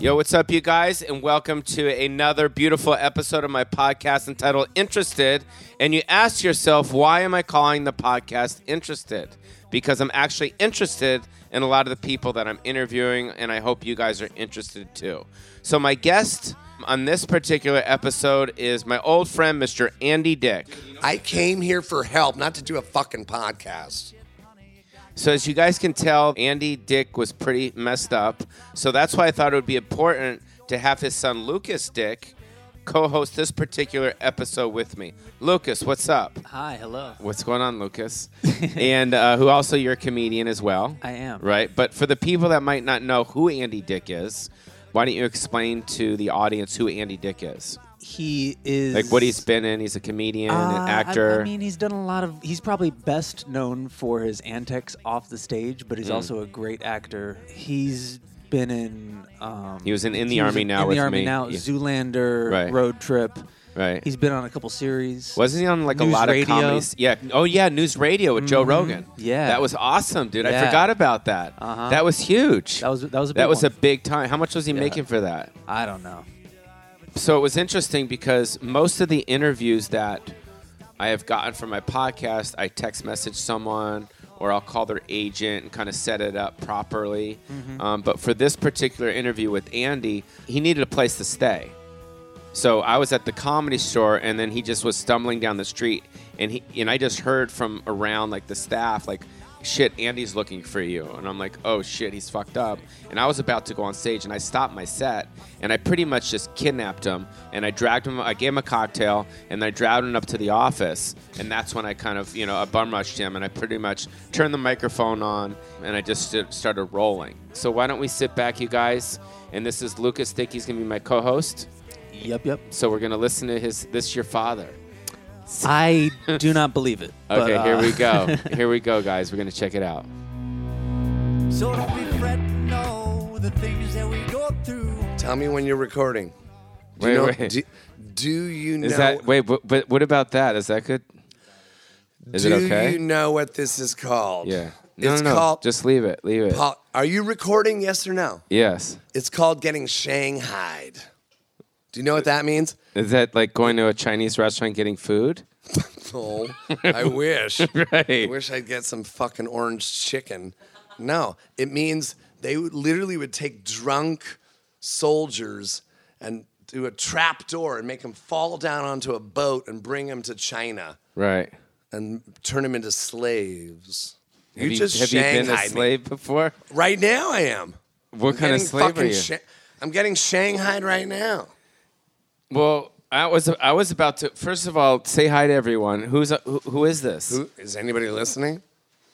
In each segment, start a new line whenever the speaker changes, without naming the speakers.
Yo, what's up, you guys, and welcome to another beautiful episode of my podcast entitled Interested. And you ask yourself, why am I calling the podcast Interested? Because I'm actually interested in a lot of the people that I'm interviewing, and I hope you guys are interested too. So, my guest on this particular episode is my old friend, Mr. Andy Dick.
I came here for help, not to do a fucking podcast.
So as you guys can tell, Andy Dick was pretty messed up. So that's why I thought it would be important to have his son Lucas Dick co-host this particular episode with me. Lucas, what's up?
Hi, hello.
What's going on, Lucas? and uh, who also you're a comedian as well.
I am.
Right, but for the people that might not know who Andy Dick is, why don't you explain to the audience who Andy Dick is?
He is
Like what he's been in. He's a comedian,
Uh,
an
I-
actor.
I, mean, he's done a lot of. He's probably best known for his antics off the stage, but he's
Mm.
also a great actor. He's been in. Um,
He was in In the
he
Army Now
In
with
the Army
me.
Now,
Yeah.
Zoolander,
Right.
Road Trip.
right.
He's been on a couple series.
Wasn't he on like a
News
lot
radio. Mm-hmm.
of comedies? Yeah. Oh yeah, news radio with Joe Rogan.
Yeah.
That was awesome, dude. I
Yeah.
forgot about that.
Uh-huh.
That was huge.
That was that was a big
that was
one.
a big time. How much was he making for that?
I don't know.
So it was interesting because most of the interviews that I have gotten from my podcast, I text message someone or I'll call their agent and kind of set it up properly.
Mm-hmm.
Um, but for this particular interview with Andy, he needed a place to stay. So I was at the comedy store, and then he just was stumbling down the street, and he and I just heard from around like the staff like, "Shit, Andy's looking for you," and I'm like, "Oh shit, he's fucked up." And I was about to go on stage, and I stopped my set, and I pretty much just kidnapped him, and I dragged him, I gave him a cocktail, and I dragged him up to the office, and that's when I kind of you know I bum rushed him, and I pretty much turned the microphone on, and I just st- started rolling. So why don't we sit back, you guys? And this is Lucas Dick. He's gonna be my co-host.
Yep, yep.
So we're gonna listen to his "This Your Father."
I do not believe it. but,
Okay, here
uh,
we go. here we go, guys. We're gonna check it out.
So don't be fretting, no, the things that we go through.
Tell me when you're recording. Do
Wait,
you know,
wait.
Do, do you know?
Is that wait? But, but what about that? Is that good? Is
do
it okay?
you know what this is called?
yeah. No,
it's
no, no.
called.
Just leave it. Leave it.
po- are you recording? Yes or no?
yes.
It's called getting shanghaied. Do you know what that means?
Is that like going to a Chinese restaurant and getting food?
Oh, I wish. I
Right.
wish I'd get some fucking orange chicken. No, it means they would literally would take drunk soldiers and do a trap door and make them fall down onto a boat and bring them to China
Right.
and turn them into slaves.
have you, have you been a
shanghaied me.
slave before?
Right now, I am.
What kind
I'm
of
getting
slave are
fucking
you?
sha- I'm getting shanghaied right now.
well, I was I was about to. First of all, say hi to everyone. Who's uh, who, who is this?
Who- Is anybody listening?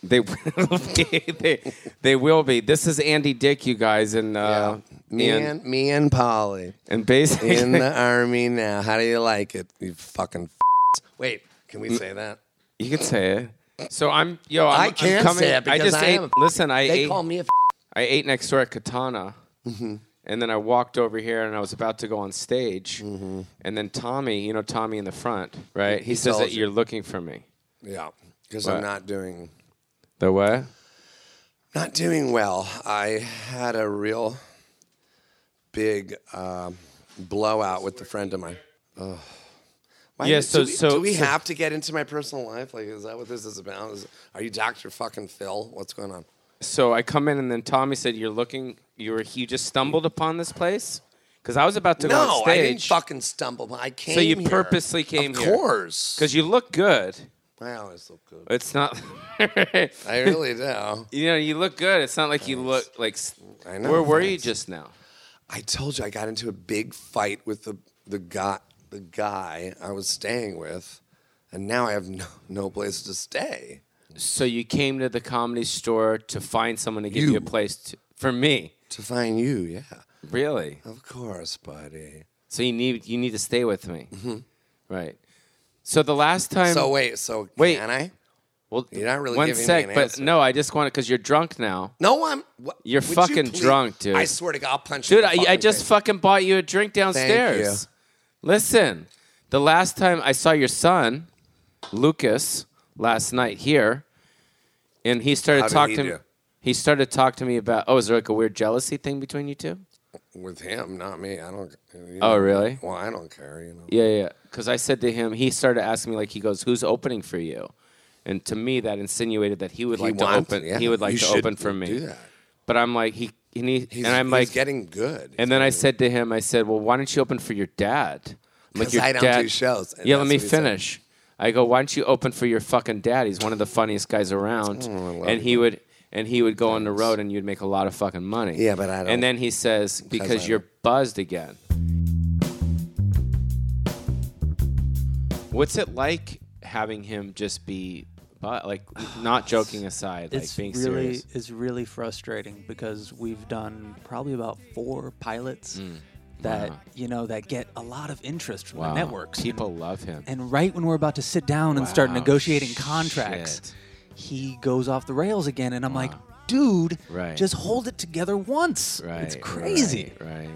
They will be. They, they will be. This is Andy Dick, you guys, and uh,
Me
and,
and, me and Polly.
and basically,
in the army now. How do you like it? You fucking. F- Mm. Wait, can we say that?
you can say it. So I'm yo. I'm,
I
I'm
can't
coming,
say it
I
because
just
I
ate.
am a f-
listen, I
They
ate.
call me Mm-hmm. a. F-
I ate next door at Katana, and then I walked over here, and I was about to go on stage,
Mm-hmm.
and then Tommy, you know Tommy in the front, right? He, says
told
that
you.
you're looking for me.
yeah, because
What?
I'm not doing
The what?
not doing well. I had a real big um blowout with a friend of mine. Ugh. Why
Yeah,
do-
so-
do we,
so-
do we
so-
have to get into my personal life? Like, is that what this is about? Is, are you Doctor Fucking Phil? What's going on?
So I come in, and then Tommy said, "You're looking. You were. You just stumbled upon this place." Because I was about to go on
No, I
stage.
didn't fucking stumble. I came.
you
here.
purposely came
of
here.
course.
Because you look good.
I always look good.
It's not.
I really do.
you know, you look good. It's not like you look like. s-
I know,
Where were you
thanks.
just now?
I told you I got into a big fight with the the guy the guy I was staying with, and now I have no, no place to stay.
So you came to the comedy store to find someone to give you,
You.
a place to, for me.
To find you, yeah,
Really?
of course, buddy.
So you need you need to stay with me, right? So the last time.
Mm-hmm. so wait, so
Wait.
can I?
well,
you're not really
one
giving me
sec,
an
but
answer.
no, I just want it because you're drunk now,
No, I'm. What,
You're
would you
fucking
please-
drunk, dude.
I swear to God, I'll punch
dude.
you. in the
I, I
fucking
just
face.
fucking bought you a drink downstairs. Listen, the last time I saw your son, Lucas, last night here, and he started
How did
talking
he
to me.
do?
He started talking to me about. Oh, is there like a weird jealousy thing between you two?
with him, not me. I don't. you
Oh,
know.
really?
Well, I don't care. You know.
Yeah, yeah. Because I said to him, he started asking me like, he goes, "Who's opening for you?" And to me, that insinuated that he would
He
like
wants-
to open.
yeah,
he would like
you
to
should
open for me.
do that.
But I'm like, he and he
He's,
and I'm
he's
like,
getting good.
and then I said to him, I said, "Well, why don't you open for your dad?" I'm
'Cause I don't do shows, and
Yeah, let
that's
me
what he said.
finish. I go, "Why don't you open for your fucking dad? He's one of the funniest guys around."
Oh, love
and
you,
he would and he would go on the road, and you'd make a lot of fucking money.
Yeah, but I don't-
And then he says,
I
"Because you're buzzed again." What's it like having him just be, but like, not joking aside, like
It's
being
really
serious?
it's really frustrating because we've done probably about four pilots
Mm.
that
Wow.
you know that get a lot of interest from
Wow.
the networks.
People love him.
And right when we're about to sit down and start
Wow,
negotiating contracts, he goes off the rails again, and I'm like, dude,
Right.
just hold it together once.
Right.
It's crazy.
Right. right.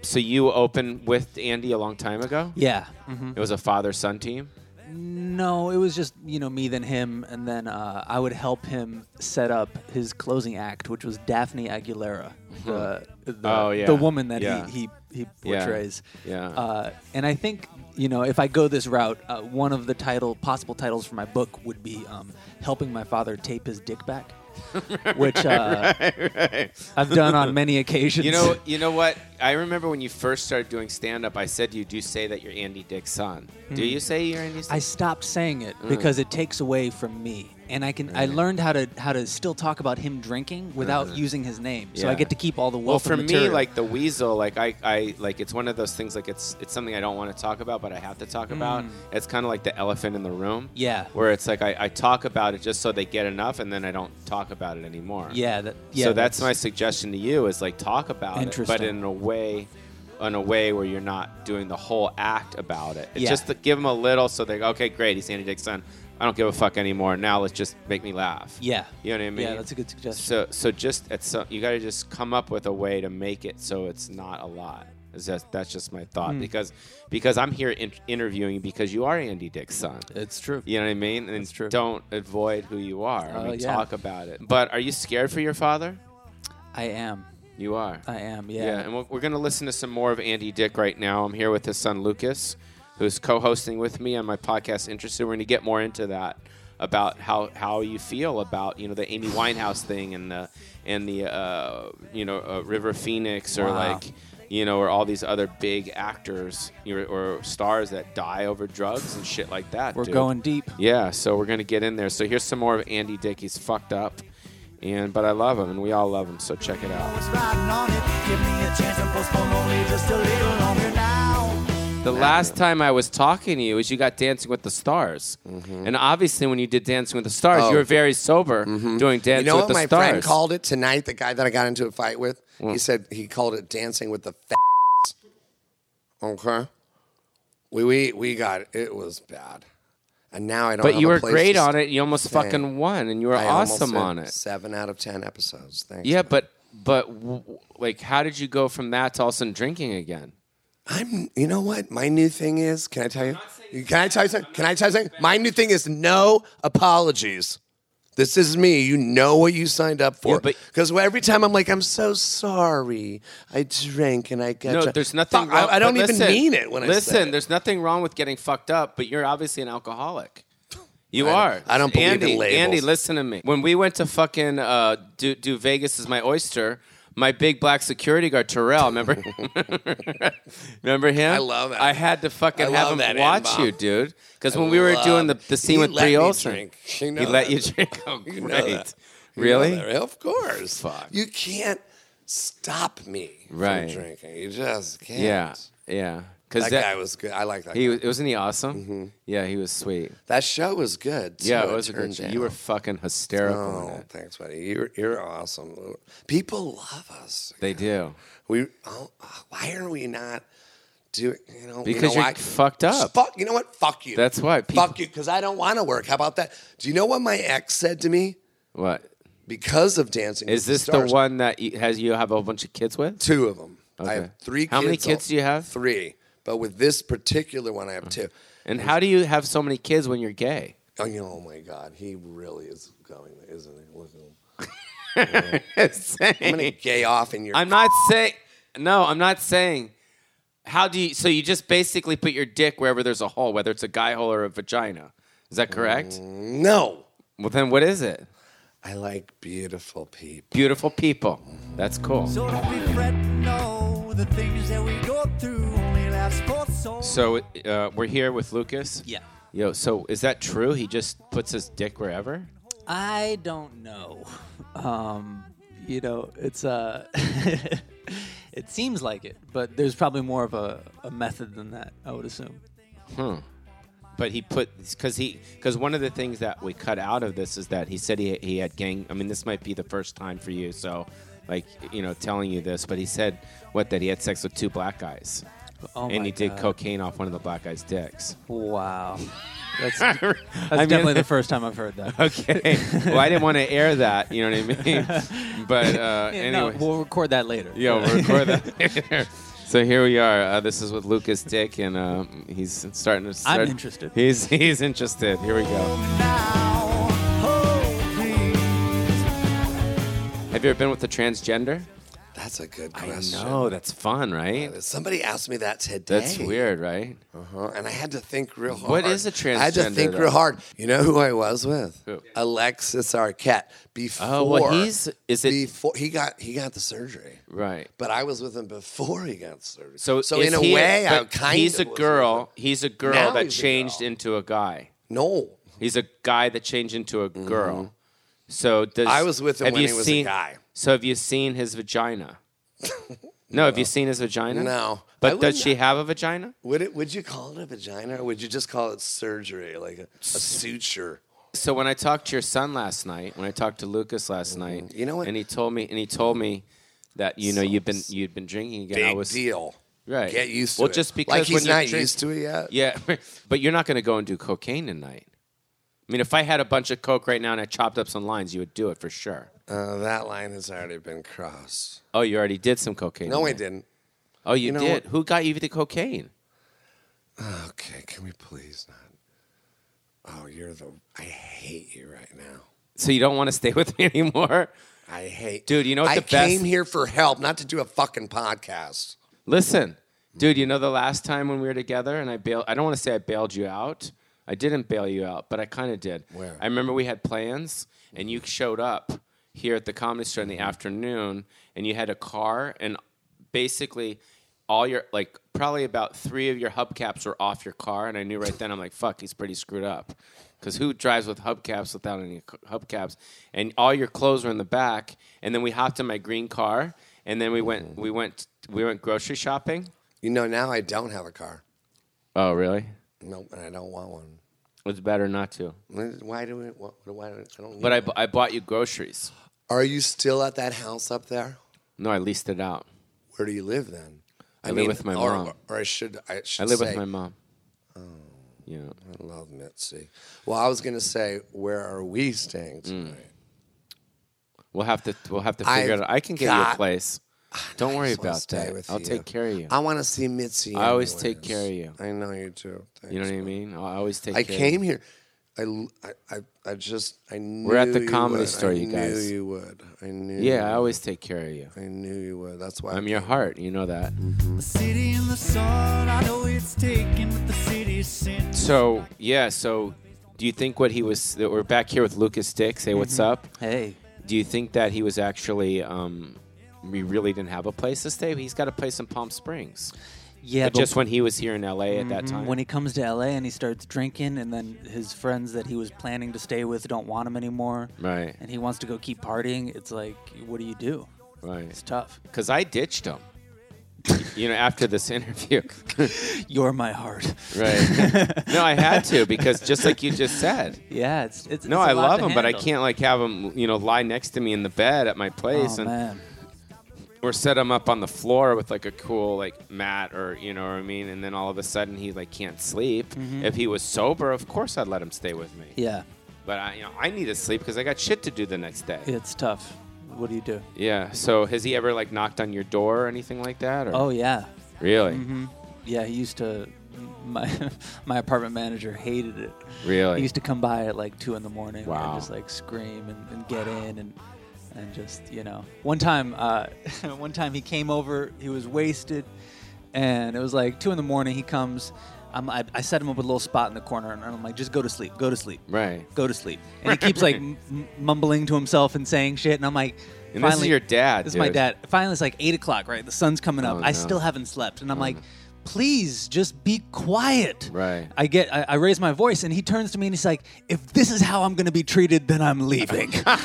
So you opened with Andy a long time ago?
Yeah. hmm
It was a father son team?
No, it was just you know me then him, and then uh, I would help him set up his closing act, which was Daphne Aguilera, the the,
Mm-hmm. Oh, yeah.
the woman that
Yeah.
he, he he
Yeah.
portrays.
Yeah.
Uh, and I think you know if I go this route, uh, one of the title possible titles for my book would be um, helping my father tape his dick back, which uh, I've done on many occasions.
You know you know what? I remember when you first started doing stand up, I said to you, Do you say that you're Andy Dick's son? Do you say you're Andy's
Hmm. I
son?
stopped saying
Mm.
it because it takes away from me, and I can. I learned how to how to still talk about him drinking without using his name, so I
Mm-hmm. Yeah.
get to keep all the
well
wealth.
for
of
me,
material.
like the weasel, like I, I like it's one of those things like it's it's something I don't want to talk about, but I have to talk about. It's kinda like the elephant in the room.
Hmm. Yeah.
Where it's like I, I talk about it just so they get enough and then I don't talk about it anymore.
yeah, that, yeah.
so that's, my suggestion to you is like talk about it, but
Interesting.
in a way, in a way where you're not doing the whole act about it. It's
Yeah.
Just to give them a little, so they go, okay, great, he's Andy Dick's son. I don't give a fuck anymore. Now let's just make me laugh.
Yeah.
you know what I mean.
Yeah, that's a good suggestion.
So, so just at some, you got to just come up with a way to make it so it's not a lot. Is that that's just my
Hmm.
thought because because I'm here in, interviewing you because you are Andy Dick's son.
it's true.
You know what I mean? And
true.
don't avoid who you are. I
Oh,
mean,
yeah.
talk about it. But are you scared for your father?
I am.
You are.
I am.
yeah.
Yeah.
and we're, we're going to listen to some more of Andy Dick right now. I'm here with his son Lucas, who's co-hosting with me on my podcast Interested. We're going to get more into that about how how you feel about you know the Amy Winehouse thing and the and the uh, you know uh, River Phoenix or
Wow.
like you know or all these other big actors you know, or stars that die over drugs and shit like that.
We're
dude.
going deep.
Yeah, so we're gonna get in there. So here's some more of Andy Dick. He's fucked up, and but I love him, and we all love him. So check it out.
was riding on it. Give me a chance to postpone only just a little longer now.
The last time I was talking to you is you got Dancing with the Stars,
Mm-hmm.
and obviously when you did Dancing with the Stars, you were very sober doing
Oh. Mm-hmm. You
Dancing
know
with
what
the
my
Stars. Mm.
friend called it tonight? The guy that I got into a fight with. He said he called it dancing with the f***. Okay. We we we got it was bad, and now I don't.
but
have
you
a
were
place
great
to
on it. You almost
stay.
fucking won, and you were
I almost
awesome
did.
on it.
Seven out of ten episodes. Thanks.
Yeah, but but w- w- like, how did you go from that to all of a sudden drinking again?
I'm. You know what? My new thing is. Can I tell you? Can I tell you something? Can I tell you something? My new thing is no apologies. This is me. You know what you signed up for.
Yeah, but-
Because every time I'm like, I'm so sorry. I drank and I got.
No,
drunk."
there's nothing.
Fuck,
wrong,
I, I don't
but
even
listen,
mean it when I
listen.
say it.
There's nothing wrong with getting fucked up, but you're obviously an alcoholic. You
I
are.
don't- I don't believe in
Andy,
labels.
Andy, listen to me. When we went to fucking uh, do, do Vegas is my oyster. My big black security guard Terrell, remember? remember him?
I love that.
I had to fucking
I
have
love
him
that
watch
N-bomb.
you, dude. Because
I
when we were
love-
doing the, the scene
He
with
let
Brie
me
Olsen,
drink. You
he
know
let you
that.
drink. Oh, great!
You know that. You know
Really?
that, right? Of course.
Fuck.
You can't stop me
Right.
from drinking. You just can't.
Yeah, yeah. Because
That, guy Mm-hmm. was good. I like that.
He
guy.
was, wasn't he awesome? Yeah, he was sweet.
That show was good. Too.
Yeah, it was a great
turned
show. You were
out.
fucking hysterical. in
Oh,
it.
thanks, buddy. You're you're awesome. People love us.
They do.
We oh, why are we not doing? You know, you
Because
know
you're
why?
fucked up.
Fuck. You know what? Fuck you.
That's why people-
Fuck you. Because I don't want to work. How about that? Do you know what my ex said to me
What?
because of dancing?
Is
with
this
the,
the
Stars?
one that you, has you have a bunch of kids with?
Two of them. I
Okay.
have three.
How many
kids
kids do you have? Uh-huh.
Three. But with this particular one, I have two.
And how do you have so many kids when you're gay?
Oh, you know, oh my God, he really is going, there, isn't he? Look at him. I'm gonna
Saying-
gay off in your
I'm not saying. No, I'm not saying. How do you? So you just basically put your dick wherever there's a hole, whether it's a guy hole or a vagina. Is that correct?
Mm. No,
Well, then what is it?
I like beautiful people.
Beautiful people. That's cool.
So don't be fretting, no, the things that we go through only last for so
So uh, we're here with Lucas.
Yeah.
Yo, so is that true? He just puts his dick wherever.
I don't know. Um, you know, it's uh it seems like it, but there's probably more of a, a method than that, I would assume.
But he put because he because one of the things that we cut out of this is that he said he he had gang. I mean, this might be the first time for you, so like you know, telling you this. But he said what that he had sex with two black guys,
Oh
and
my
he did
God.
cocaine off one of the black guys' dicks.
Wow. That's, that's
That's
definitely the first time I've heard that.
okay. Well, I didn't want to air that. You know what I mean? But uh,
Yeah, no,
anyway,
we'll record that later.
Yo, we'll record that. so here we are. Uh, this is with Lucas Dick, and uh, he's starting to. Start,
interested.
He's he's interested. Here we go.
now. Oh, please.
Have you ever been with a transgender?
That's a good question.
No, that's fun, right?
Somebody asked me that today.
That's weird, right?
Uh-huh. And I had to think real hard.
What is a
I had to
transgender,
think
though?
real hard. You know who I was with?
Who?
Alexis Arquette. Before
Oh, well, he's- is it-
before he got he got the surgery.
Right.
But I was with him before he got surgery.
So,
so
is
in a
he-
way, I
but
kind
he's a
of was with him.
girl. He's a girl
Now
that
he's a
changed
girl.
into a guy.
No,
He's a guy that changed into a girl. So does
Mm-hmm. I was with him
have
when
you
he was a
seen-
guy.
So have you seen his vagina? no, have you seen his vagina?
No. I
But does
wouldn't-
she have a vagina?
would it? Would you call it a vagina, or would you just call it surgery, like a, a suture?
So when I talked to your son last night, when I talked to Lucas last night,
Mm-hmm. You know what?
And he told me, and he told me that you know you've been you'd been drinking again.
Big
I was
deal.
right.
Get used to
well,
it.
just because
like he's
when you're
not
drink-
used to it yet.
Yeah, but you're not going to go and do cocaine tonight. I mean, if I had a bunch of coke right now and I chopped up some lines, you would do it for sure.
Uh, that line has already been crossed.
Oh, you already did some cocaine.
No, I
tonight.
didn't.
Oh, you,
know
did.
what?
Who got you the cocaine?
Okay, can we please not? Oh, you're the. I hate you right now.
So you don't want to stay with me anymore?
I hate,
Dude, you know what
I
the best-
came here for help, not to do a fucking podcast.
Listen, dude, you know the last time when we were together and I bailed, I don't want to say I bailed you out. I didn't bail you out, but I kind of did.
Where?
I remember we had plans and you showed up here at the comedy store in the afternoon and you had a car and basically all your, like, probably about three of your hubcaps were off your car. And I knew right then, I'm like, fuck, he's pretty screwed up. Because who drives with hubcaps without any c- hubcaps? And all your clothes were in the back. And then we hopped in my green car and then we went we went we went grocery shopping.
You know, now I don't have a car.
Oh, really?
Nope, and I don't want one.
It's better not to.
Why do we? What, why do I don't? Need
But I,
one.
bu- I bought you groceries.
are you still at that house up there?
No, I leased it out.
Where do you live then? I,
live with my
or,
mom.
Or I should. I should.
I live
say-
with my mom. Oh. Yeah.
I love Mitzi. Well, I was gonna say, where are we
Mm.
staying tonight?
We'll have to we'll have to figure
I've
it out. I can get you a
got-
place. Don't worry
just wanna
about
stay
that.
with
I'll
you.
take care of you.
I want to see Mitzi.
I always
anyways.
take care of you.
I know you do. Thanks.
you know what I mean? I always take
I
care
came
of you.
here. I, l- I- I- I just I knew
at the
you
comedy
would.
store,
I
you guys.
knew you would. I knew.
Yeah, I
you
always take care of you.
would. I knew you would. That's why
I'm your heart, you know that.
the city in the sun. I know it's taken, but the city's sin.
So, yeah, so do you think what he was that we're back here with Lucas Dick, say what's up?
Hey.
Do you think that he was actually um we really didn't have a place to stay? He's got a place in Palm Springs.
Yeah, Mm-hmm.
but just when he was here in LA at that time.
when he comes to LA and he starts drinking, and then his friends that he was planning to stay with don't want him anymore,
right,
and he wants to go keep partying, it's like, what do you do? It's
right.
tough.
Because I ditched him. you know, after this interview.
You're my heart.
right. No, I had to because just like you just said.
Yeah, it's it's.
No,
it's a
I
lot
love
to
him, but I
handle.
can't like have him, you know, lie next to me in the bed at my place
Oh
and
man,
or set him up on the floor with like a cool like mat or you know what I mean, and then all of a sudden he like can't sleep. If he was sober, of course I'd let him stay with me.
Mm-hmm. yeah,
But I, you know, I need to sleep because I got shit to do the next day. Yeah.
it's tough. What do you do?
So has he ever like knocked on your door or anything like that? Or
Oh yeah,
really,
yeah. He used to. My my apartment manager hated it.
really.
He used to come by at like two in the morning
Oh, Wow.
and just like scream and, and get in and and just you know one time uh, one time he came over he was wasted and it was like two in the morning he comes I'm, I, I set him up with a little spot in the corner and i'm like just go to sleep go to sleep
Right.
go to sleep and he keeps like m- m- mumbling to himself and saying shit and i'm like
And this is
finally-
your dad,
this is my
dude.
dad finally it's like eight o'clock right the sun's coming up
Oh,
i
no. Oh,
still haven't slept and i'm like please just be quiet
Right.
i get I, I raise my voice and he turns to me and he's like if this is how i'm gonna be treated then i'm leaving
That's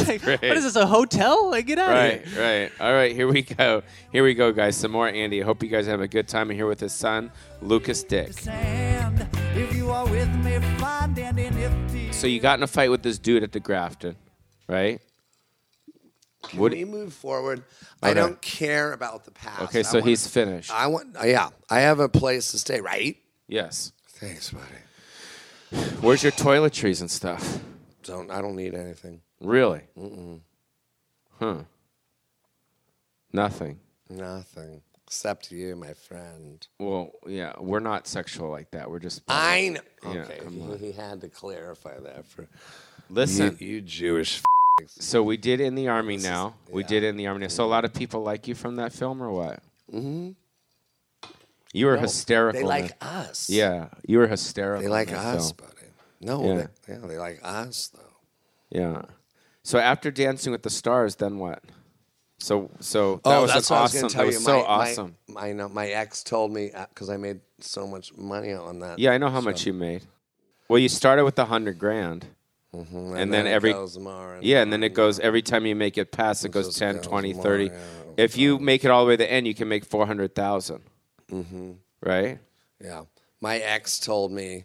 It's like,
great.
What is this? A hotel? Like, get out
Right,
of here.
right. All right, here we go. Here we go, guys. Some more Andy. Hope you guys have a good time here with his son, Lucas Dick.
sand. If you are with me, find and nifty.
So you got in a fight with this dude at the Grafton, right? Would-
Can we move forward? I
Okay.
don't care about the past.
Okay,
I
so
wanna-
he's finished.
I want. Yeah, I have a place to stay. Right.
Yes.
Thanks, buddy.
Where's your toiletries and stuff?
Don't. I don't need anything.
Really? Mm-mm. Huh. Nothing.
Nothing except you, my friend.
Well, yeah, we're not sexual like that. We're just.
I know.
Yeah,
Okay,
come
he, he had to clarify that for you,
Listen,
you Jewish. F-
so we did in the army now. We did in the army now. So a lot of people like you from that film or what? Mm-hmm. You were hysterical.
they
man.
like us.
Yeah, you were hysterical.
they
in
like
that
us,
film.
buddy. No,
Yeah.
They, yeah, they like us though.
Yeah. So after Dancing with the Stars, then what? So so that was an
Oh, what I
awesome.
gonna
That was so
My- my-
awesome.
My, I know my ex told me because I made so much money on that.
yeah, I know how much you made. Well, you started with a hundred grand.
and,
then
it
every-
goes more
Yeah, and then it goes every time you make it past, it goes
just
10,
goes
20,
more,
30.
yeah.
If you make it all the way to the end, you can make 400,000. Mm-hmm. Right?
Yeah. My ex told me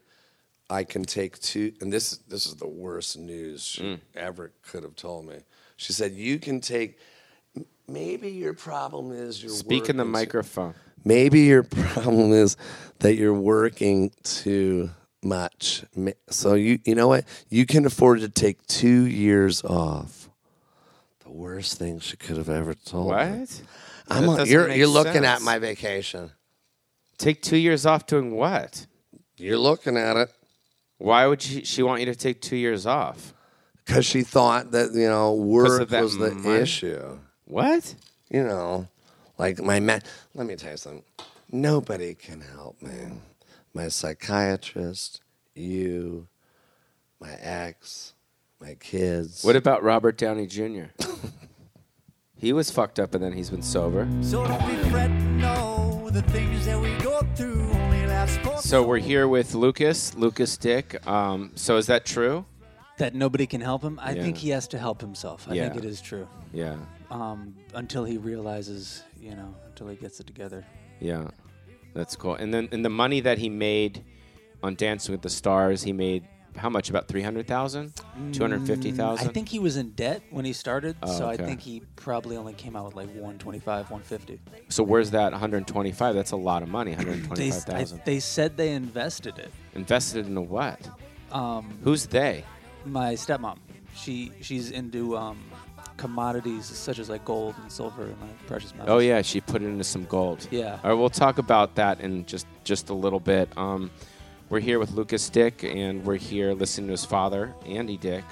I can take two and this this is the worst news she
Mm.
ever could have told me. She said you can take m- maybe your problem is you're
Speak in the
working too-
microphone.
Maybe your problem is that you're working too much. Ma- So you you know what? You can afford to take 2 years off. The worst thing she could have ever told me.
What?
I'm
That
on-
doesn't
you're
make
you're looking
sense.
at my vacation.
Take two years off doing what?
You're looking at it.
Why would she, she want you to take two years off?
because she thought that you know work
of that
was the
money?
issue.
What?
You know, like my ma- let me tell you something. Nobody can help me. My psychiatrist, you, my ex, my kids.
What about Robert Downey Jr.? he was fucked up and then he's been sober.
So don't be fretting, no, the things that we go through only last for
So we're here with Lucas, Lucas Dick. Um, so is that true?
That nobody can help him. I
Yeah.
think he has to help himself. I
Yeah.
think it is true.
Yeah.
Um, until he realizes, you know, until he gets it together.
Yeah, that's cool. And then and the money that he made on Dancing with the Stars, he made how much? About three hundred thousand, two hundred fifty
I
thousand.
think he was in debt when he started,
Oh,
so
okay.
I think he probably only came out with like 125, 150.
so. Where's that one hundred twenty-five? That's a lot of money. One hundred
They,
twenty-five
I,
thousand.
they said they invested it.
Invested into what?
Um,
Who's they?
my stepmom, she she's into um, commodities such as like gold and silver and like precious metals.
Oh yeah, she put it into some gold.
Yeah.
All right, we'll talk about that in just just a little bit. Um, we're here with Lucas Dick, and we're here listening to his father, Andy Dick,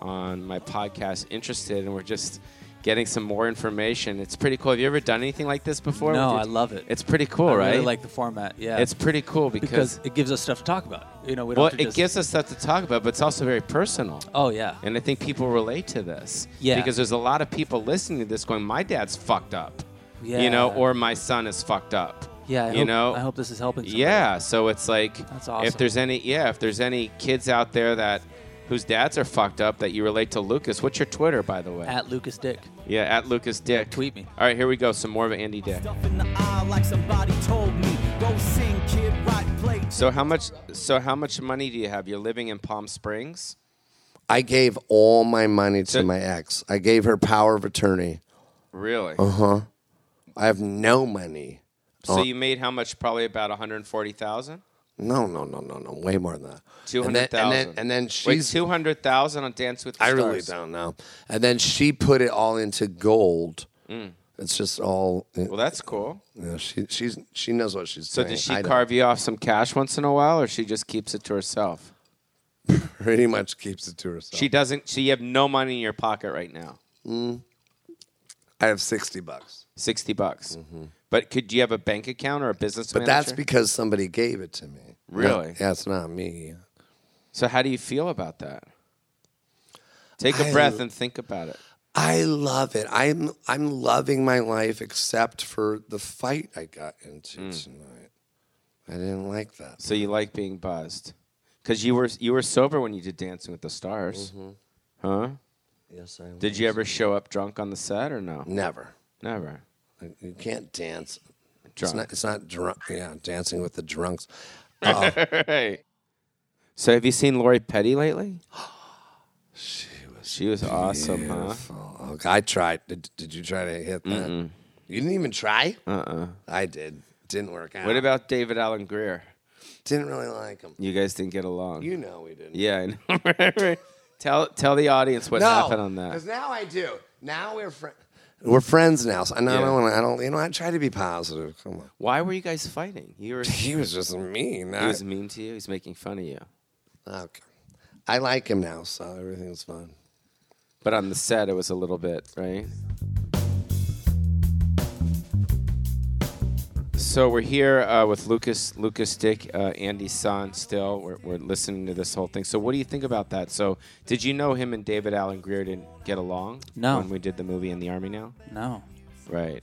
on my podcast, Interested, and we're just getting some more information. It's pretty cool. Have you ever done anything like this before?
No,
With
I
your-
love it.
It's pretty cool,
I
right?
Really like the format. Yeah,
it's pretty cool
because
because,
it gives us stuff to talk about. You know, we don't.
well,
have to
it
just-
gives us stuff to talk about, but it's also very personal.
Oh yeah.
And I think people relate to this.
Yeah.
Because there's a lot of people listening to this going, my dad's fucked up. You
Yeah.
know, or my son is fucked up.
yeah. I
you
hope,
know?
I hope this is helping. Somebody.
yeah. So it's like,
That's awesome.
if there's any, yeah, if there's any kids out there that whose dads are fucked up that you relate to Lucas, what's your Twitter, by the way?
At Lucas Dick.
yeah, at Lucas Dick.
tweet me.
All right, here we go. Some more of Andy Dick.
Stuff in the eye like somebody told me. Go sing, kid, right, play.
So how much? So how much money do you have? You're living in Palm Springs.
I gave all my money to
So-
my ex. I gave her power of attorney.
Really?
I have no money.
So you made how much? Probably about 140,000.
No, no, no, no, no. Way more than that. And then-
200,000.
And then, and then
Wait,
she's
200,000 on Dance with the
I
Stars.
really don't know. And then she put it all into gold. It's just all.
Mm.
eh,
Well, that's cool.
you know, she she's she knows what she's
So
doing.
does she
I don't.
carve you off some cash once in a while, or she just keeps it to herself?
pretty much keeps it to herself.
She doesn't. So you have no money in your pocket right now.
I have 60 bucks.
Sixty bucks. But could you have a bank account or a business?
Mm-hmm. But that's
manager?
because somebody gave it to me.
Really?
No, yeah, it's not me.
so. How do you feel about that? Take a
I-
breath and think about it.
I love it. I'm I'm loving my life except for the fight I got into
Mm.
tonight. I didn't like that.
So you like being buzzed, because you were you were sober when you did Dancing with the Stars,
Mm-hmm.
huh?
Yes, I
Did you ever show up drunk on the set or no?
Never.
Never.
Like, You can't dance. It's
Drunk.
not. It's not drunk. Yeah, dancing with the drunks.
Right. So have you seen Lori Petty lately? she was she was awesome, huh?
Oh, okay. I tried. Did, did you try to hit that? You didn't even try.
Uh uh
I did. Didn't work out.
What about David Allen Greer?
Didn't really like him.
You guys didn't get along.
You know we didn't.
yeah, I know. Right, right. Tell tell the audience what happened on that.
Because now I do. Now we're friends. We're friends now. So I know I
Yeah.
don't want to. I don't. You know, I try to be positive. Come on.
Why were you guys fighting? You were he
He was just mean. I,
was mean to you. He's making fun of you.
okay. I like him now, so everything's fine.
But on the set, it was a little bit right. So we're here uh, with Lucas, Lucas Dick, uh, Andy San. Still, we're, we're listening to this whole thing. So, what do you think about that? So, did you know him and David Allen Greer didn't get along?
No.
When we did the movie in the army, now.
No.
Right.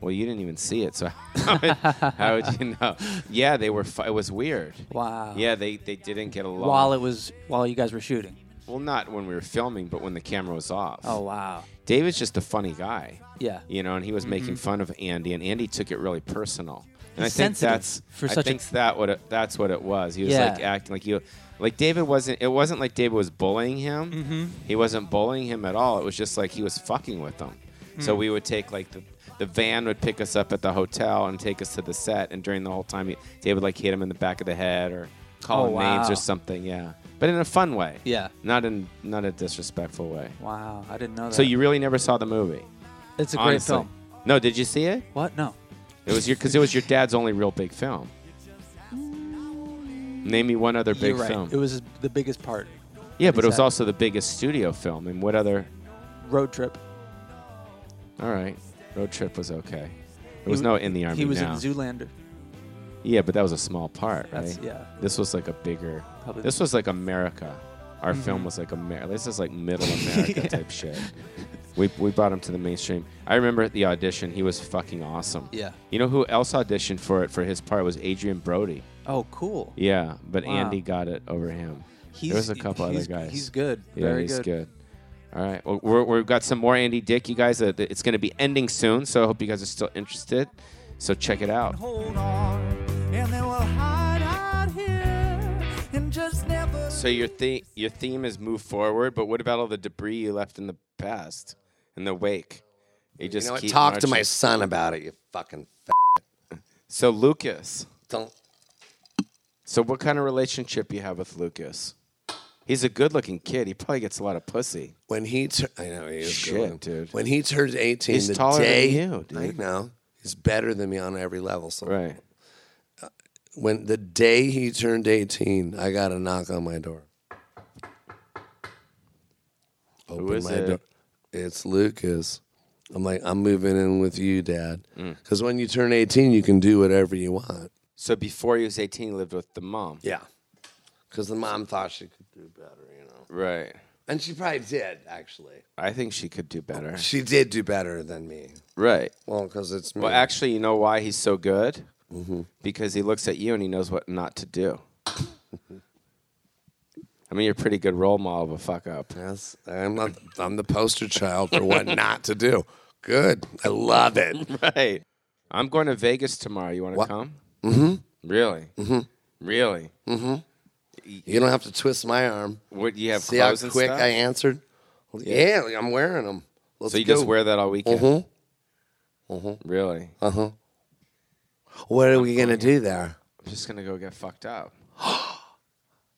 Well, you didn't even see it, so how would, how would you know? Yeah, they were. Fi- it was weird.
Wow.
Yeah, they, they didn't get along.
While it was while you guys were shooting.
well, not when we were filming, but when the camera was off.
Oh wow.
David's just a funny guy.
Yeah.
You know, and he was making fun of Andy, and Andy took it really personal. And
Mm-hmm. He's
I think
sensitive
that's
for
I
such a-
think that what it, that's what it was. He was
Yeah.
like acting like you, like David wasn't. It wasn't like David was bullying him.
Mm-hmm.
He wasn't bullying him at all. It was just like he was fucking with him.
Mm.
So we would take like the the van would pick us up at the hotel and take us to the set, and during the whole time, he, David like hit him in the back of the head or call
Oh,
him names
wow.
or something. Yeah, but in a fun way.
Yeah.
not in not a disrespectful way.
Wow. I didn't know that.
So you really never saw the movie.
It's a
Honestly.
great film.
No, did you see it?
What? No.
It was your because it was your dad's only real big film. Name me one other big
You're right.
film.
It was the biggest part.
yeah, but it was
sad.
also the biggest studio film. And what other?
Road trip.
All right, Road Trip was okay. There was
He-
no in the army
He was
now.
in Zoolander.
yeah, but that was a small part,
That's-
right?
yeah.
This was like a bigger.
Probably- Mm-hmm.
This was like America. Our film was like America. This is like middle America type shit. We, we brought him to the mainstream. I remember at the audition, he was fucking awesome.
Yeah.
You know who else auditioned for it for his part was Adrian Brody.
Oh, cool.
Yeah, but
Wow.
Andy got it over him.
He's,
there was a couple other
he's-
guys.
He's good.
Yeah,
Very
he's
good.
good. All right, well, we're, we've got some more Andy Dick, you guys. Uh, th- it's going to be ending soon, so I hope you guys are still interested. So check it out.
Hold on, and they will hide out here and just never.
So your the- your theme is move forward, but what about all the debris you left in the past, in the wake? You just
you know what?
keep
Talk to
marching.
my son about it. You fucking. F-
So Lucas,
don't.
so what kind of relationship you have with Lucas? He's a good-looking kid. He probably gets a lot of pussy.
When he, tur- I know he is
Shit,
good.
dude.
When he turns eighteen,
He's
the
taller than
day
you, dude.
I know he's better than me on every level. So
Right.
when the day he turned eighteen, I got a knock on my door. Open
is
my
it?
door. It's Lucas. I'm like, I'm moving in with you, Dad.
Mm.
Because when you turn 18, you can do whatever you want.
So before he was 18, he lived with the mom.
Yeah. Because the mom thought she could do better, you know.
Right.
And she probably did, actually.
I think she could do better.
She did do better than me.
Right.
Well, because it's me.
Well, actually, you know why he's so good? Because he looks at you and he knows what not to do. I mean, you're a pretty good role model of a fuck up.
Yes, I'm, not, I'm the poster child for what not to do. Good. I love it.
Right. I'm going to Vegas tomorrow. You want to
What?
come? Mm-hmm. Really? Mm-hmm. Really?
You don't have to twist my arm.
What you have
See how
clothes and
quick
stuff?
I answered? Well, yeah, like, I'm wearing them. Let's
So you
go.
just wear that all weekend?
Mhm.
Really?
uh-huh. What are we gonna do there?
I'm just gonna go get fucked up.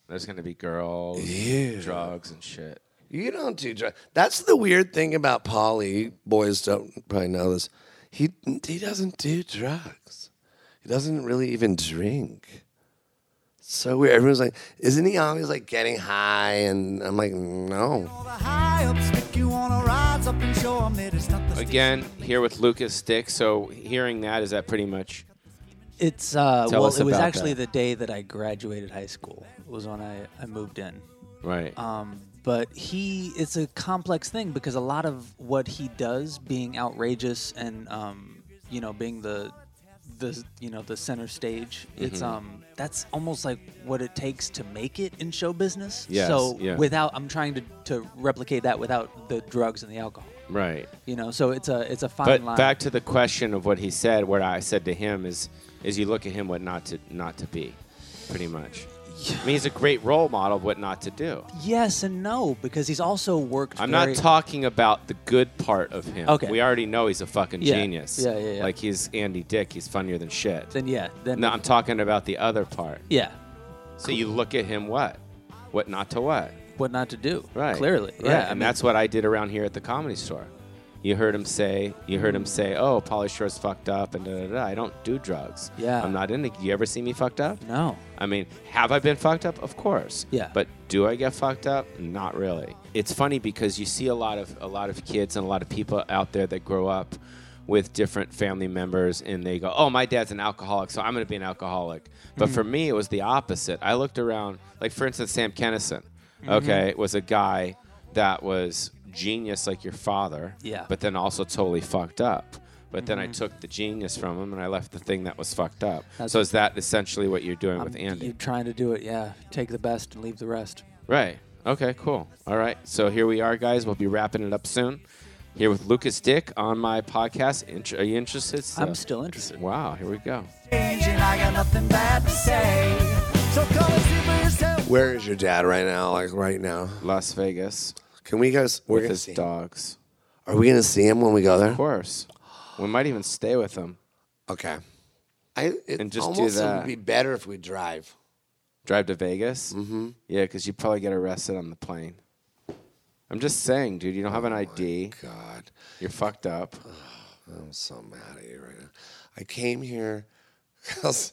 There's gonna be girls,
Yeah.
drugs, and shit.
You don't do drugs. That's the weird thing about Polly. Boys don't probably know this. He he doesn't do drugs. He doesn't really even drink. so weird. Everyone's like, isn't he always like getting high? And I'm like, no.
All the high ups make you wanna rise up and show 'em that it's not the
Again, here with Lucas Stick. So hearing that is that pretty much.
It's uh,
Tell
well,
us
it was
about
actually
that.
the day that I graduated high school. Was when I, I moved in.
Right.
Um, but he, it's a complex thing because a lot of what he does, being outrageous and um, you know, being the the you know the center stage, it's
Mm-hmm.
um that's almost like what it takes to make it in show business.
Yes,
so
yeah.
without, I'm trying to to replicate that without the drugs and the alcohol.
right.
You know, so it's a it's a fine
But
line.
back to the question of what he said, what I said to him is, is you look at him what not to not to be, pretty much. I mean, he's a great role model of what not to do.
yes and no because he's also worked.
I'm
very-
not talking about the good part of him.
Okay.
We already know he's a fucking
Yeah.
genius.
Yeah, yeah, yeah.
Like he's Andy Dick. He's funnier than shit.
Then yeah, then
no, I'm talking about the other part.
yeah,
So you look at him what, what not to what.
what not to do.
Right.
Clearly.
Right.
Yeah.
and
I mean,
that's what I did around here at the comedy store. You heard him say, you heard him say, oh, Polly Shore's fucked up and da da da. I don't do drugs.
Yeah.
I'm not into You ever see me fucked up?
no.
I mean, have I been fucked up? Of course.
Yeah.
But do I get fucked up? Not really. It's funny because you see a lot of a lot of kids and a lot of people out there that grow up with different family members and they go, "Oh, my dad's an alcoholic, so I'm going to be an alcoholic." But
Hmm.
for me, it was the opposite. I looked around, like for instance, Sam Kennison,
Mm-hmm.
okay, was a guy that was genius like your father,
Yeah. Mm-hmm.
but then also totally fucked up. But then I took the genius from him and I left the thing that was fucked up.
That's-
so is that essentially what you're doing
I'm-
with Andy?
You're trying to do it. Yeah. Take the best and leave the rest.
Right. Okay, cool. All right. So here we are, guys. We'll be wrapping it up soon. Here with Lucas Dick on my podcast. Int- Are you interested?
I'm still interested.
Wow, here we go.
stage, and I got nothing bad to say. So come and see for yourself.
Where is your dad right now? Like right now?
Las Vegas
Can we guys? We're
with
gonna
his
see. Him.
dogs.
Are we gonna see him when we go
Of
there?
course. We might even stay with him.
Okay. I it
And just do
almost
that.
would be better if we drive.
Drive to Vegas? Mm-hmm. Yeah, because you probably get arrested on the plane. I'm just saying, dude. You don't have an ID.
Oh God,
You're fucked up.
I'm so mad at you right now. I came here because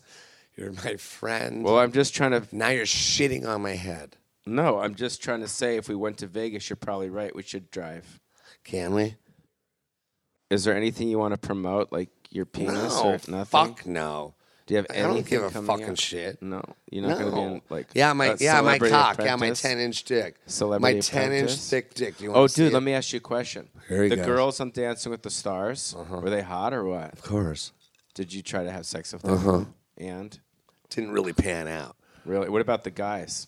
you're my friend.
Well, I'm just trying to.
now you're shitting on my head.
No, I'm just trying to say if we went to Vegas, you're probably right. We should drive.
Can we?
Is there anything you want to promote, like your penis
no,
or nothing?
fuck no.
Do you have
I
anything
don't give a
coming
fucking
up?
shit.
No, you're not gonna be in, like
yeah, my
a
yeah, my
Celebrity
cock, yeah, my
Apprentice?
ten inch dick,
Celebrity
my ten inch
Apprentice?
thick dick. Do you want
Oh,
to see
dude,
it?
let me ask you a question.
Here he
the
goes. Uh-huh.
girls on Dancing with the Stars were they hot or what?
Of course,
Did you try to have sex with them?
Uh-huh.
And
didn't really pan out.
really, what about the guys?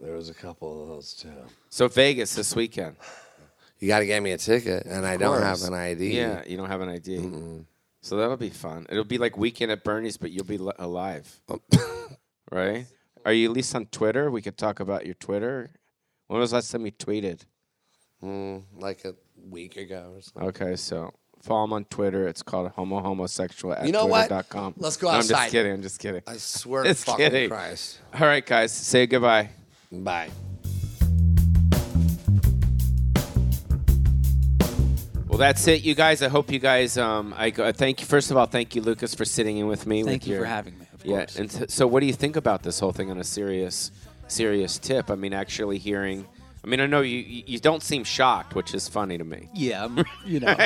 There was a couple of those too.
So Vegas this weekend.
You got to get me a ticket, and I don't have an ID.
Yeah, you don't have an ID. So that'll be fun. It'll be like weekend at Bernie's, but you'll be li- alive,
Oh.
right? Are you at least on Twitter? We could talk about your Twitter. When was the last time you tweeted?
Mm, like a week ago or something.
Okay, so follow him on Twitter. It's called homo homosexual at
You know what?
twitter.com.
Let's go
No, I'm
outside.
just kidding. I'm just kidding.
I swear to
Just
fucking
kidding.
Christ.
All right, guys, say goodbye.
Bye.
Well, that's it, you guys. I hope you guys. Um, I go, thank you. First of all, thank you, Lucas, for sitting in with me.
Thank
with
you
your-
for having me. Of
Yeah,
course.
and t- so what do you think about this whole thing on a serious, serious tip? I mean, actually hearing. I mean, I know you you you don't seem shocked, which is funny to me.
yeah. I'm, you know,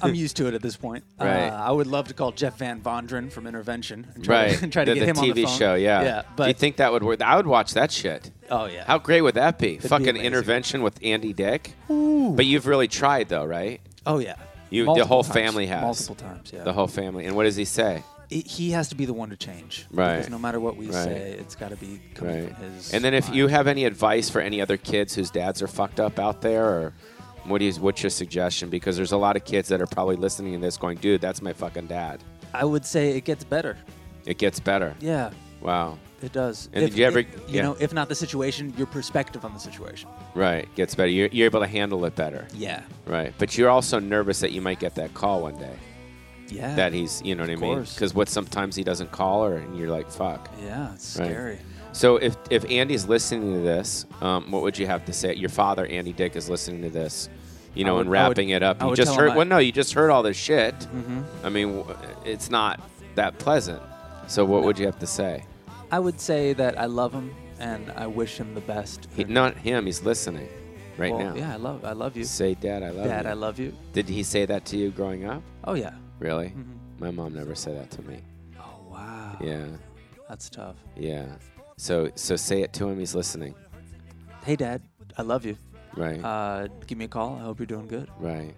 I'm used to it at this point.
Right.
Uh, I would love to call Jeff Van Vondren from Intervention and try,
right.
to, try to
the,
get him
the
on
TV
the phone.
show. Yeah.
Yeah. But
do you think that would work? I would watch that shit.
Oh yeah.
How great would that be? Fucking
amazing.
intervention with Andy Dick. But you've really tried though, right?
oh yeah.
You- the
Multiple
whole
times.
family has.
multiple times. Yeah.
The whole family. And what does he say?
It- he has to be the one to change.
Right.
Because no matter what we
Right.
say, it's got to be coming
Right.
from his.
And then if
mind.
you have any advice for any other kids whose dads are fucked up out there or what do you, what's your suggestion? Because there's a lot of kids that are probably listening to this going, dude, that's my fucking dad.
I would say it gets better.
It gets better.
Yeah.
Wow.
It does.
And
if,
did you ever-
if- you
yeah.
know, if not the situation, your perspective on the situation.
Right. Gets better. You're, you're able to handle it better.
Yeah.
Right. But you're also nervous that you might get that call one day
Yeah.
that he's, you know what I mean?
course.
Because what sometimes he doesn't call her and you're like, fuck.
Yeah, it's
Right.
scary.
So if, if Andy's listening to this, um, what would you have to say? Your father, Andy Dick, is listening to this, you know,
would-
and
I would-
wrapping it up.
I
You
would
just
tell him
heard.
I- Mm-hmm.
Well, no, you just heard all this shit. I mean, w- it's not that pleasant. So what would you have to say?
I would say that I love him and I wish him the best.
He, not him. He's listening right
Well,
now.
Yeah, I love I love you.
Say, Dad, I love
Dad,
you.
I love you.
Did he say that to you growing up?
Oh yeah.
Really? My mom never said that to me.
Oh wow.
Yeah,
That's tough.
yeah. So, so say it to him. He's listening.
Hey Dad, I love you.
Right.
Uh, give me a call. I hope you're doing good.
Right.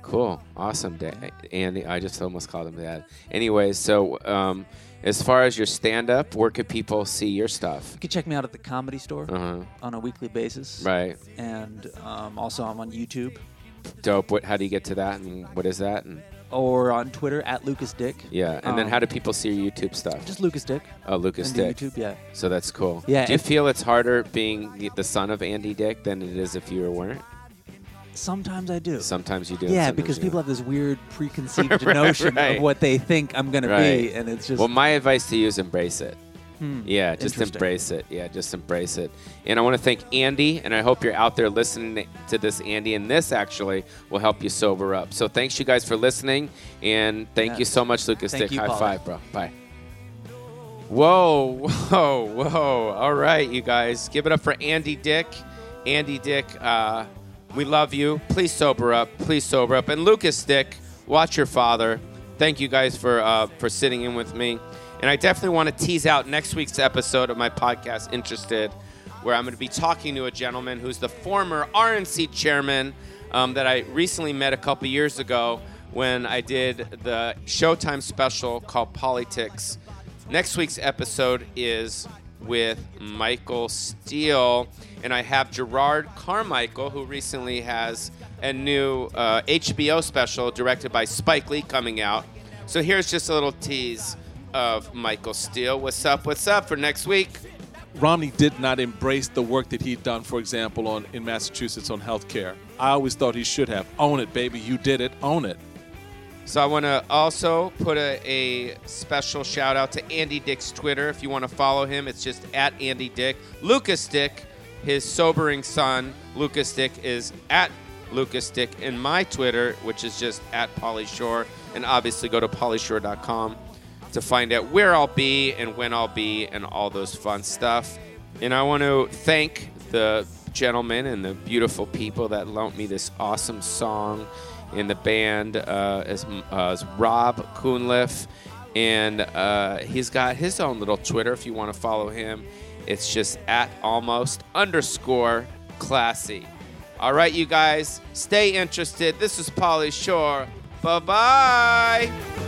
Cool. Awesome, da- Andy. I just almost called him dad. Anyways, so um, as far as your stand up, where could people see your stuff?
You can check me out at the comedy store
Uh huh.
on a weekly basis.
Right.
And um, also I'm on YouTube
Dope. What? How do you get to that? And what is that? And
or on Twitter at Lucas Dick.
yeah. And then
Um,
how do people see your YouTube stuff?
Just Lucas Dick.
oh, Lucas
into
Dick.
YouTube, yeah.
So that's cool.
Yeah,
Do you
if-
feel it's harder being the- the son of Andy Dick than it is if you weren't?
Sometimes I do.
Sometimes you do. and
yeah,
sometimes
because
you
people
don't.
have this weird preconceived notion
right.
of what they think I'm gonna
Right.
be, and it's just Hmm.
Well, my advice to you is embrace it. Yeah, just
Interesting.
embrace it. Yeah, just embrace it. And I want to thank Andy, and I hope you're out there listening to this, Andy. And this actually will help you sober up. So thanks you guys for listening, and thank
Yeah.
you so much, Lucas
Thank
Dick.
you,
High
Paul.
five, bro. Bye. Whoa, whoa, whoa! All right, you guys, give it up for Andy Dick. Andy Dick, uh, we love you. Please sober up. Please sober up. And Lucas Dick, watch your father. Thank you guys for uh, for sitting in with me. And I definitely want to tease out next week's episode of my podcast, Interested, where I'm going to be talking to a gentleman who's the former RNC chairman um, that I recently met a couple years ago when I did the Showtime special called Politics. Next week's episode is with Michael Steele, and I have Gerard Carmichael, who recently has a new uh, HBO special directed by Spike Lee coming out. So here's just a little tease of Michael Steele. What's up? What's up for next week?
Romney did not embrace the work that he'd done, for example, on in Massachusetts on health care. I always thought he should have. Own it, baby. You did it. Own it.
So I want to also put a, a special shout out to Andy Dick's Twitter. If you want to follow him, it's just at Andy Dick. Lucas Dick, his sobering son, Lucas Dick, is at Lucas Dick. And my Twitter, which is just at Polly Shore. And obviously go to polyshore.com to find out where I'll be and when I'll be and all those fun stuff. And I want to thank the gentlemen and the beautiful people that lent me this awesome song in the band uh, as, uh, as Rob Kuhnliff. And uh, he's got his own little Twitter if you want to follow him. It's just at almost underscore classy. All right, you guys, stay interested. This is Polly Shore. Bye bye.